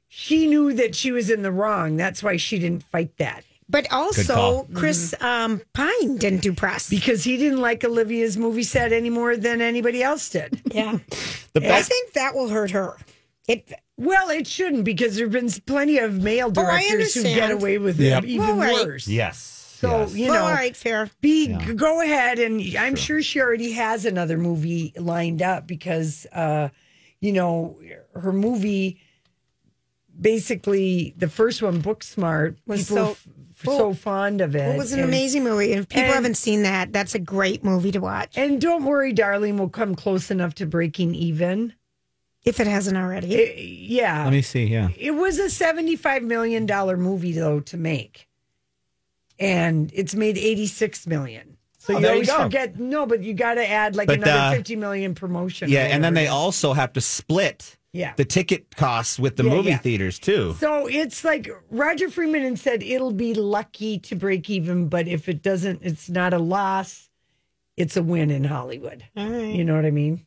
Speaker 3: She knew that she was in the wrong. That's why she didn't fight that.
Speaker 4: But also,
Speaker 2: call.
Speaker 4: Chris
Speaker 3: Mm-hmm.
Speaker 4: um, Pine didn't do press.
Speaker 3: because he didn't like Olivia's movie set any more than anybody else did.
Speaker 4: yeah.
Speaker 2: The
Speaker 4: I
Speaker 2: best,
Speaker 4: think that will hurt her. It,
Speaker 3: Well, it shouldn't because there have been plenty of male
Speaker 4: Oh, I
Speaker 3: directors who get
Speaker 4: understand.
Speaker 3: away with
Speaker 2: Yep.
Speaker 3: it even
Speaker 4: Well, right.
Speaker 3: worse.
Speaker 2: yes.
Speaker 3: So,
Speaker 2: yes.
Speaker 3: you know,
Speaker 4: well, all right, fair.
Speaker 3: be, go ahead. And I'm sure she already has another movie lined up because, uh, you know, her movie, basically the first one, Booksmart,
Speaker 4: Was
Speaker 3: people
Speaker 4: so-
Speaker 3: f- so fond of it.
Speaker 4: It was an
Speaker 3: and-
Speaker 4: amazing movie. If people
Speaker 3: and-
Speaker 4: haven't seen that, that's a great movie to watch.
Speaker 3: And don't worry, darling, we'll come close enough to breaking even.
Speaker 4: If it hasn't already.
Speaker 3: Eh, yeah.
Speaker 2: Let me see. Yeah.
Speaker 3: It was a seventy-five million dollar movie though to make, and it's made eighty-six million. So
Speaker 2: Oh,
Speaker 3: you
Speaker 2: there you
Speaker 3: always
Speaker 2: go.
Speaker 3: forget. No, but you got to add like
Speaker 2: But,
Speaker 3: another
Speaker 2: uh,
Speaker 3: fifty million promotion.
Speaker 2: Yeah.
Speaker 3: or
Speaker 2: And then they
Speaker 3: whatever.
Speaker 2: also have to split
Speaker 3: Yeah.
Speaker 2: the ticket costs with the
Speaker 3: Yeah,
Speaker 2: movie
Speaker 3: yeah.
Speaker 2: theaters, too.
Speaker 3: So it's like Roger Freeman and said it'll be lucky to break even, but if it doesn't, it's not a loss. It's a win in Hollywood.
Speaker 4: all right.
Speaker 3: You know what I mean?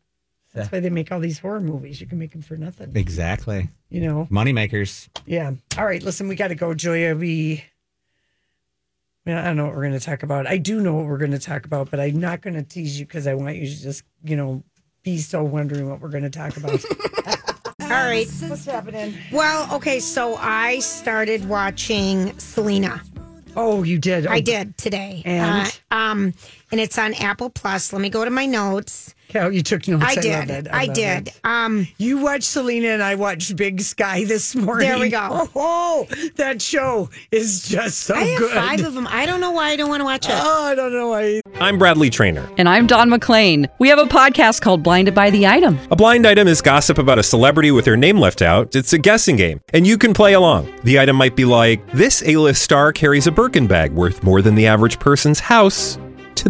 Speaker 3: That's why they make all these horror movies. You can make them for nothing.
Speaker 2: Exactly.
Speaker 3: You know.
Speaker 2: Moneymakers.
Speaker 3: Yeah. All right. Listen, we got to go, Julia. We, I, mean, I don't know what we're going to talk about. I do know what we're going to talk about, but I'm not going to tease you because I want you to just, you know, be so wondering what we're going to talk about.
Speaker 4: All right.
Speaker 3: What's happening?
Speaker 4: Well, okay, so I started watching Selena.
Speaker 3: Oh, you did.
Speaker 4: I did today.
Speaker 3: And?
Speaker 4: Uh, um, and it's on Apple Plus. Let me go to my notes.
Speaker 3: Okay, oh, you took notes. I,
Speaker 4: I
Speaker 3: love
Speaker 4: did.
Speaker 3: it.
Speaker 4: I,
Speaker 3: love
Speaker 4: did.
Speaker 3: it.
Speaker 4: Um,
Speaker 3: You watched Selena and I watched Big Sky this morning.
Speaker 4: There we go.
Speaker 3: Oh, that show is just so
Speaker 4: I have
Speaker 3: Oh, good.
Speaker 4: five of them. I don't know why I don't want to watch it.
Speaker 3: Oh, I don't know why.
Speaker 9: I'm Bradley Trainer.
Speaker 10: And I'm Don McClain. We have a podcast called Blinded by the Item.
Speaker 9: A blind item is gossip about a celebrity with their name left out. It's a guessing game, and you can play along. The item might be like this: A-list star carries a Birkin bag worth more than the average person's house to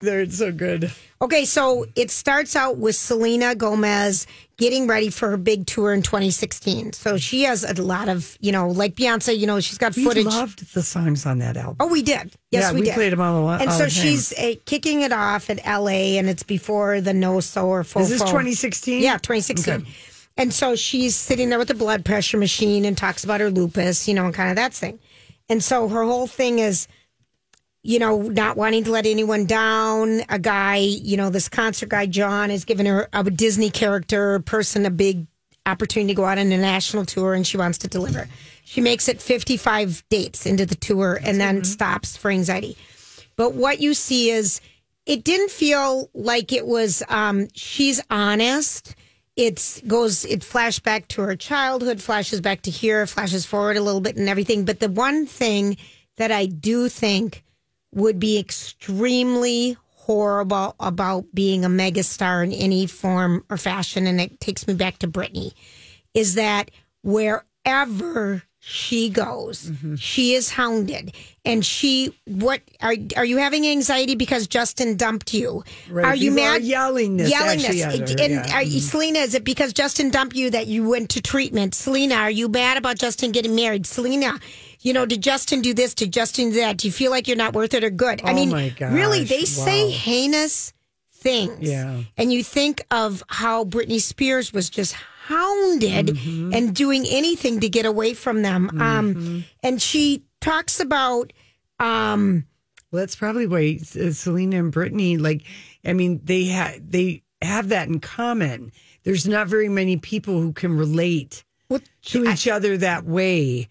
Speaker 3: They're so good.
Speaker 4: Okay, so it starts out with Selena Gomez getting ready for her big tour in 2016. So she has a lot of, you know, like Beyonce, you know, she's got
Speaker 3: We
Speaker 4: footage.
Speaker 3: loved the songs on that album.
Speaker 4: Oh, we did. Yes,
Speaker 3: Yeah,
Speaker 4: we,
Speaker 3: we
Speaker 4: did.
Speaker 3: played 'em all the wa-
Speaker 4: And
Speaker 3: all
Speaker 4: so
Speaker 3: the time.
Speaker 4: she's uh, kicking it off at LA, and it's before the no so or fofo.
Speaker 3: Is this 2016?
Speaker 4: Oh, Yeah, 2016. And so she's sitting there with the blood pressure machine and talks about her lupus, you know, and kind of that thing. And so her whole thing is, you know, not wanting to let anyone down. A guy, you know, this concert guy, John, is giving her a Disney character person a big opportunity to go out on a national tour and she wants to deliver. She makes it 55 dates into the tour and then stops for anxiety. But what you see is it didn't feel like it was um she's honest. It's goes it flashback to her childhood, flashes back to here, flashes forward a little bit and everything. But the one thing that I do think would be extremely horrible about being a megastar in any form or fashion, and it takes me back to Britney, is that wherever she goes,
Speaker 3: Mm-hmm.
Speaker 4: she is hounded. And she, what are are you having anxiety because Justin dumped you?
Speaker 3: Right,
Speaker 4: Are you
Speaker 3: people are
Speaker 4: mad?
Speaker 3: yelling this
Speaker 4: Yelling
Speaker 3: actually
Speaker 4: this.
Speaker 3: at her,
Speaker 4: and
Speaker 3: yeah. Mm-hmm.
Speaker 4: are you, Selena, is it because Justin dumped you that you went to treatment? Selena, are you mad about Justin getting married? Selena, you know, did Justin do this? Did Justin do that? Do you feel like you're not worth it or good? I
Speaker 3: Oh
Speaker 4: mean,
Speaker 3: my gosh,
Speaker 4: really, they say
Speaker 3: wow.
Speaker 4: heinous things.
Speaker 3: Yeah.
Speaker 4: And you think of how Britney Spears was just hounded
Speaker 3: Mm-hmm.
Speaker 4: and doing anything to get away from them. Um, and she talks about. Um,
Speaker 3: Well, that's probably why uh, Selena and Brittany, like, I mean, they ha- they have that in common. There's not very many people who can relate
Speaker 4: Well,
Speaker 3: to each other that way.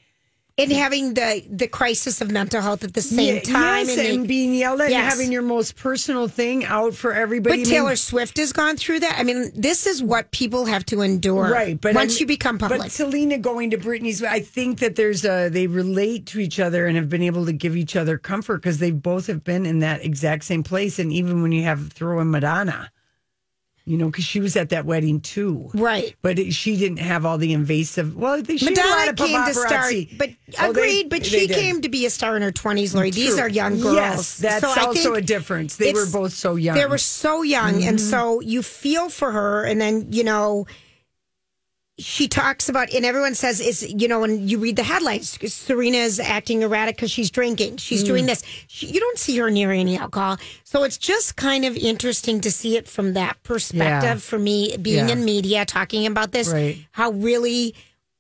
Speaker 4: and having the the crisis of mental health at the same
Speaker 3: Ye-
Speaker 4: time.
Speaker 3: yes,
Speaker 4: and they-
Speaker 3: and being yelled at and
Speaker 4: Yes.
Speaker 3: having your most personal thing out for everybody.
Speaker 4: but
Speaker 3: I mean,
Speaker 4: Taylor Swift has gone through that. I mean, this is what people have to endure,
Speaker 3: right? But
Speaker 4: once
Speaker 3: I'm-
Speaker 4: you become public,
Speaker 3: but Selena going to Britney's, I think that there's a they relate to each other and have been able to give each other comfort because they both have been in that exact same place. And even when you have throw in Madonna, you know, because she was at that wedding too.
Speaker 4: right?
Speaker 3: But it- she didn't have all the invasive. Well, they, she had a lot
Speaker 4: Madonna
Speaker 3: of
Speaker 4: came to star,
Speaker 3: paparazzi.
Speaker 4: but
Speaker 3: Oh, they-
Speaker 4: agreed. but
Speaker 3: they
Speaker 4: she
Speaker 3: did.
Speaker 4: came to be a star in her twenties, Lori. These
Speaker 3: True.
Speaker 4: are young girls.
Speaker 3: Yes, that's
Speaker 4: So I
Speaker 3: also
Speaker 4: think
Speaker 3: a difference. They were
Speaker 4: it's-
Speaker 3: both so young. Mm-hmm.
Speaker 4: They were so young, and so you feel for her, and then you know. She talks about, and everyone says, "Is you know?" When you read the headlines, Serena is acting erratic because she's drinking.
Speaker 3: Mm.
Speaker 4: She's doing this. She, you don't see her near any alcohol, so it's just kind of interesting to see it from that perspective. For me, being
Speaker 3: Yeah.
Speaker 4: in media, talking about this,
Speaker 3: Right.
Speaker 4: how really,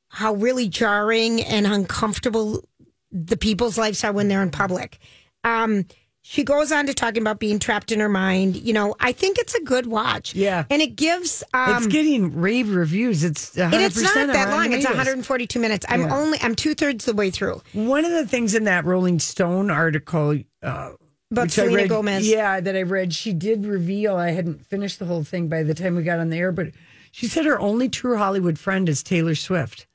Speaker 4: how really jarring and uncomfortable the people's lives are when they're in public. Um, she goes on to talking about being trapped in her mind. You know, I think it's a good watch.
Speaker 3: Yeah.
Speaker 4: and it gives. Um,
Speaker 3: it's getting rave reviews. It's 100%
Speaker 4: and it's not
Speaker 3: on
Speaker 4: that
Speaker 3: Rotten
Speaker 4: long. It's
Speaker 3: Tomatoes.
Speaker 4: 142 minutes. I'm
Speaker 3: Yeah.
Speaker 4: only. I'm two thirds the way through.
Speaker 3: One of the things in that Rolling Stone article, uh,
Speaker 4: But
Speaker 3: which I
Speaker 4: Selena
Speaker 3: read-
Speaker 4: Gomez.
Speaker 3: yeah, that I read, she did reveal. I hadn't finished the whole thing by the time we got on the air, but she said her only true Hollywood friend is Taylor Swift.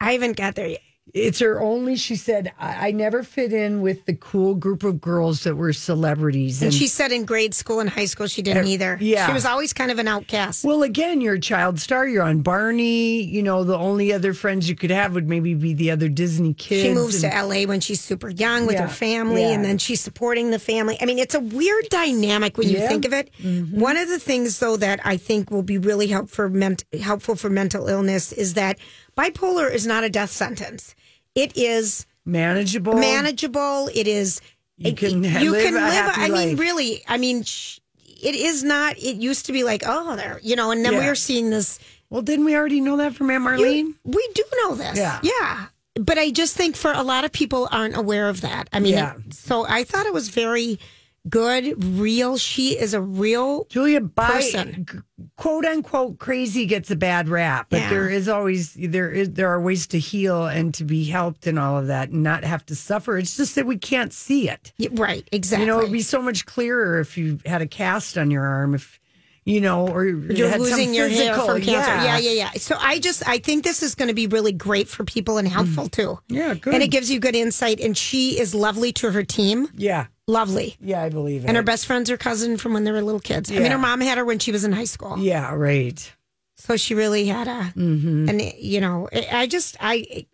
Speaker 4: I haven't got there yet.
Speaker 3: It's her only. She said, "I, I never fit in with the cool group of girls that were celebrities."
Speaker 4: And she said in grade school and high school she didn't either.
Speaker 3: yeah.
Speaker 4: she was always kind of an outcast.
Speaker 3: Well, again, you're a child star. You're on Barney. You know, the only other friends you could have would maybe be the other Disney kids.
Speaker 4: She moves
Speaker 3: and-
Speaker 4: to LA when she's super young with
Speaker 3: Yeah,
Speaker 4: her family,
Speaker 3: yeah.
Speaker 4: and then she's supporting the family. I mean, it's a weird dynamic when you
Speaker 3: Yeah. Mm-hmm.
Speaker 4: think of it. One of the things, though, that I think will be really help for ment- helpful for mental illness is that bipolar is not a death sentence. It is
Speaker 3: manageable.
Speaker 4: manageable. It is
Speaker 3: Oh. You
Speaker 4: it-
Speaker 3: can ha- live a happy
Speaker 4: I mean,
Speaker 3: life.
Speaker 4: really. I mean, sh- it is not. It used to be like, oh, there, you know, and then we
Speaker 3: Yeah.
Speaker 4: are seeing this.
Speaker 3: Well, didn't we already know that from Aunt Marlene?
Speaker 4: We do know this.
Speaker 3: Yeah.
Speaker 4: Yeah. But I just think for a lot of people aren't aware of that. I mean,
Speaker 3: Yeah.
Speaker 4: so I thought it was very good, real. She is a real.
Speaker 3: Julia, by
Speaker 4: Person.
Speaker 3: g- quote unquote crazy gets a bad rap, but
Speaker 4: Yeah.
Speaker 3: there is always there is there are ways to heal and to be helped and all of that, and not have to suffer. It's just that we can't see it.
Speaker 4: Yeah, Right. Exactly.
Speaker 3: You know, it'd be so much clearer if you had a cast on your arm, if you know, or
Speaker 4: you're losing your hair
Speaker 3: physical,
Speaker 4: from cancer. Yeah. yeah, yeah, So I just I think this is going to be really great for people and
Speaker 3: Mm.
Speaker 4: helpful too.
Speaker 3: Yeah, good.
Speaker 4: And it gives you good insight. And she is lovely to her team.
Speaker 3: yeah,
Speaker 4: Lovely.
Speaker 3: yeah. I believe it.
Speaker 4: And her best friend's her cousin from when they were little kids. I mean,
Speaker 3: Yeah.
Speaker 4: her mom had her when she was in high school.
Speaker 3: yeah, right.
Speaker 4: So she really had a,
Speaker 3: Mm-hmm.
Speaker 4: and you know, I I just, I,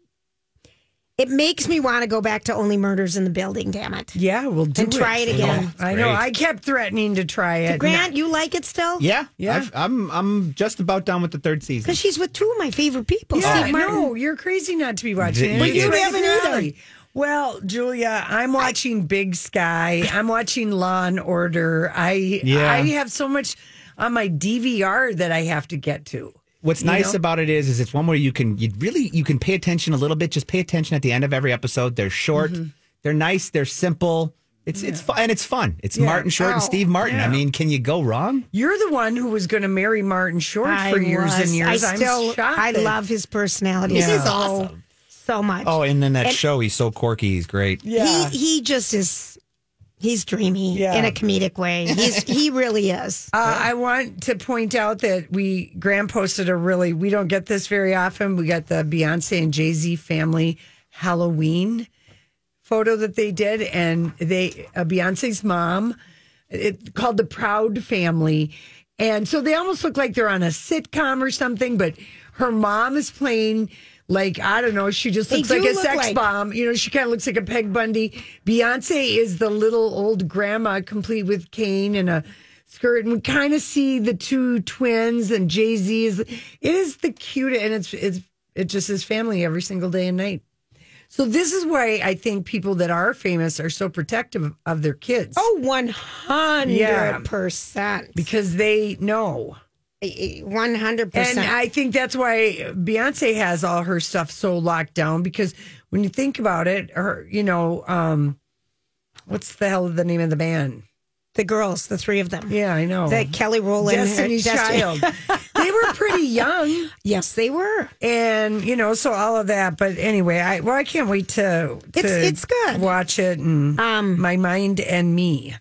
Speaker 4: it makes me want to go back to only murders in the building. Damn it,
Speaker 3: Yeah, we'll do
Speaker 4: and
Speaker 3: it.
Speaker 4: try it again.
Speaker 3: I know.
Speaker 2: Great.
Speaker 3: I kept threatening to try it.
Speaker 4: Grant, you like it still?
Speaker 2: Yeah,
Speaker 3: Yeah.
Speaker 2: I've, I'm I'm just about done with the third season.
Speaker 4: because she's with two of my favorite people.
Speaker 3: Yeah,
Speaker 4: Steve Martin.
Speaker 3: no, you're crazy not to be watching it.
Speaker 2: But you
Speaker 3: It's
Speaker 4: haven't
Speaker 3: reality. Well, Julia, I'm watching Big Sky. I'm watching Law and Order. I
Speaker 2: Yeah.
Speaker 3: I have so much on my DVR that I have to get to.
Speaker 2: What's nice about it is, is it's one where you can you really you can pay attention a little bit. Just pay attention at the end of every episode. They're short, they're nice, they're simple. It's it's fun and it's fun. It's Martin Short and
Speaker 4: Oh,
Speaker 2: Steve Martin. I mean, can you go wrong?
Speaker 3: You're the one who was going to marry Martin Short
Speaker 4: I
Speaker 3: for years
Speaker 4: was-
Speaker 3: and years.
Speaker 4: I
Speaker 3: I'm
Speaker 4: still,
Speaker 3: shocked
Speaker 4: I
Speaker 3: that-
Speaker 4: love his personality.
Speaker 3: Yeah. He's
Speaker 4: so, so much.
Speaker 2: Oh, and then that show. He's so quirky. He's great.
Speaker 3: Yeah.
Speaker 4: He he just is. He's dreamy
Speaker 3: Yeah.
Speaker 4: in a comedic way. He's he really is.
Speaker 3: Uh, I want to point out that we Graham posted a really we don't get this very often. We got the Beyonce and Jay Z family Halloween photo that they did, and they uh, Beyonce's mom it called the Proud Family, and so they almost look like they're on a sitcom or something. But her mom is playing. Like I don't know, she just
Speaker 4: They
Speaker 3: looks like
Speaker 4: do
Speaker 3: a
Speaker 4: look
Speaker 3: sex
Speaker 4: like-
Speaker 3: bomb. You know, she kind of looks like a Peg Bundy. Beyonce is the little old grandma, complete with cane and a skirt, and we kind of see the two twins and Jay Z is. It is the cutest, and it's it's it just is family every single day and night. So this is why I think people that are famous are so protective of their kids.
Speaker 4: Oh, one hundred percent.
Speaker 3: because they know.
Speaker 4: One hundred
Speaker 3: And
Speaker 4: percent.
Speaker 3: I think that's why Beyonce has all her stuff so locked down because when you think about it, her, you know, um, what's the hell the name of the band?
Speaker 4: The girls, the three of them.
Speaker 3: Yeah, I know.
Speaker 4: That Kelly Rowland,
Speaker 3: Destiny's
Speaker 4: Desti-
Speaker 3: Child. they were pretty young.
Speaker 4: Yes, they were.
Speaker 3: and you know, so all of that. But anyway, I well, I can't wait to, to
Speaker 4: It's- it's good.
Speaker 3: watch it and
Speaker 4: Um,
Speaker 3: my mind and me,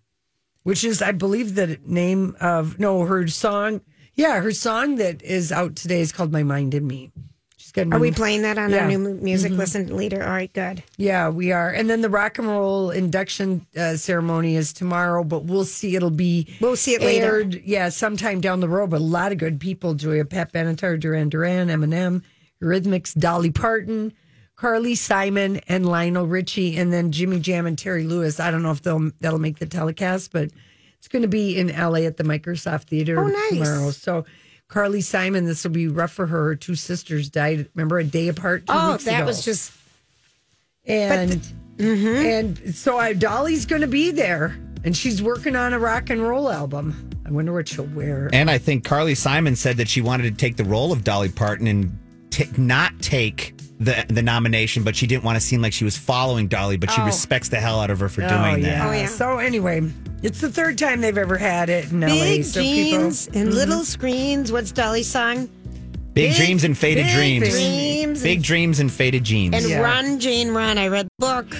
Speaker 3: which is I believe the name of no her song. Yeah, her song that is out today is called "My Mind and Me." She's got.
Speaker 4: Are we playing that on
Speaker 3: Mm-hmm. Yeah. Mm-hmm.
Speaker 4: our new mu- music listen leader? All right, good.
Speaker 3: Yeah, we are. And then the rock and roll induction uh, ceremony is tomorrow, but we'll see. It'll be
Speaker 4: We'll see it later.
Speaker 3: aired, Yeah, sometime down the road. But a lot of good people: Joya Pat Benatar, Duran Duran, Eminem, Eurythmics, Dolly Parton, Carly Simon, and Lionel Richie, and then Jimmy Jam and Terry Lewis. I don't know if they'll that'll make the telecast, but it's going to be in LA at the Microsoft Theater
Speaker 4: Oh, nice.
Speaker 3: tomorrow. So. Carly Simon, this will be rough for her. Her two sisters died, remember, a day apart. two
Speaker 4: Oh,
Speaker 3: weeks
Speaker 4: that
Speaker 3: ago
Speaker 4: was just
Speaker 3: and
Speaker 4: mm-hmm.
Speaker 3: and so I, Dolly's going to be there, and she's working on a rock and roll album. I wonder what she'll wear.
Speaker 2: And I think Carly Simon said that she wanted to take the role of Dolly Parton and t- not take the the nomination, but she didn't want to seem like she was following Dolly. But she respects the hell out of her for doing that.
Speaker 3: Oh, yeah.
Speaker 4: Oh, yeah.
Speaker 3: So anyway, it's the third time they've ever had it in LA.
Speaker 4: big
Speaker 3: So
Speaker 4: jeans
Speaker 3: people, Mm-hmm.
Speaker 4: and little screens. What's Dolly's song?
Speaker 2: Big, dreams and faded
Speaker 3: big
Speaker 2: dreams.
Speaker 4: dreams
Speaker 2: Big
Speaker 4: and-
Speaker 2: dreams and faded jeans.
Speaker 4: And
Speaker 3: Yeah.
Speaker 4: Run, Jane, Run. I read the book.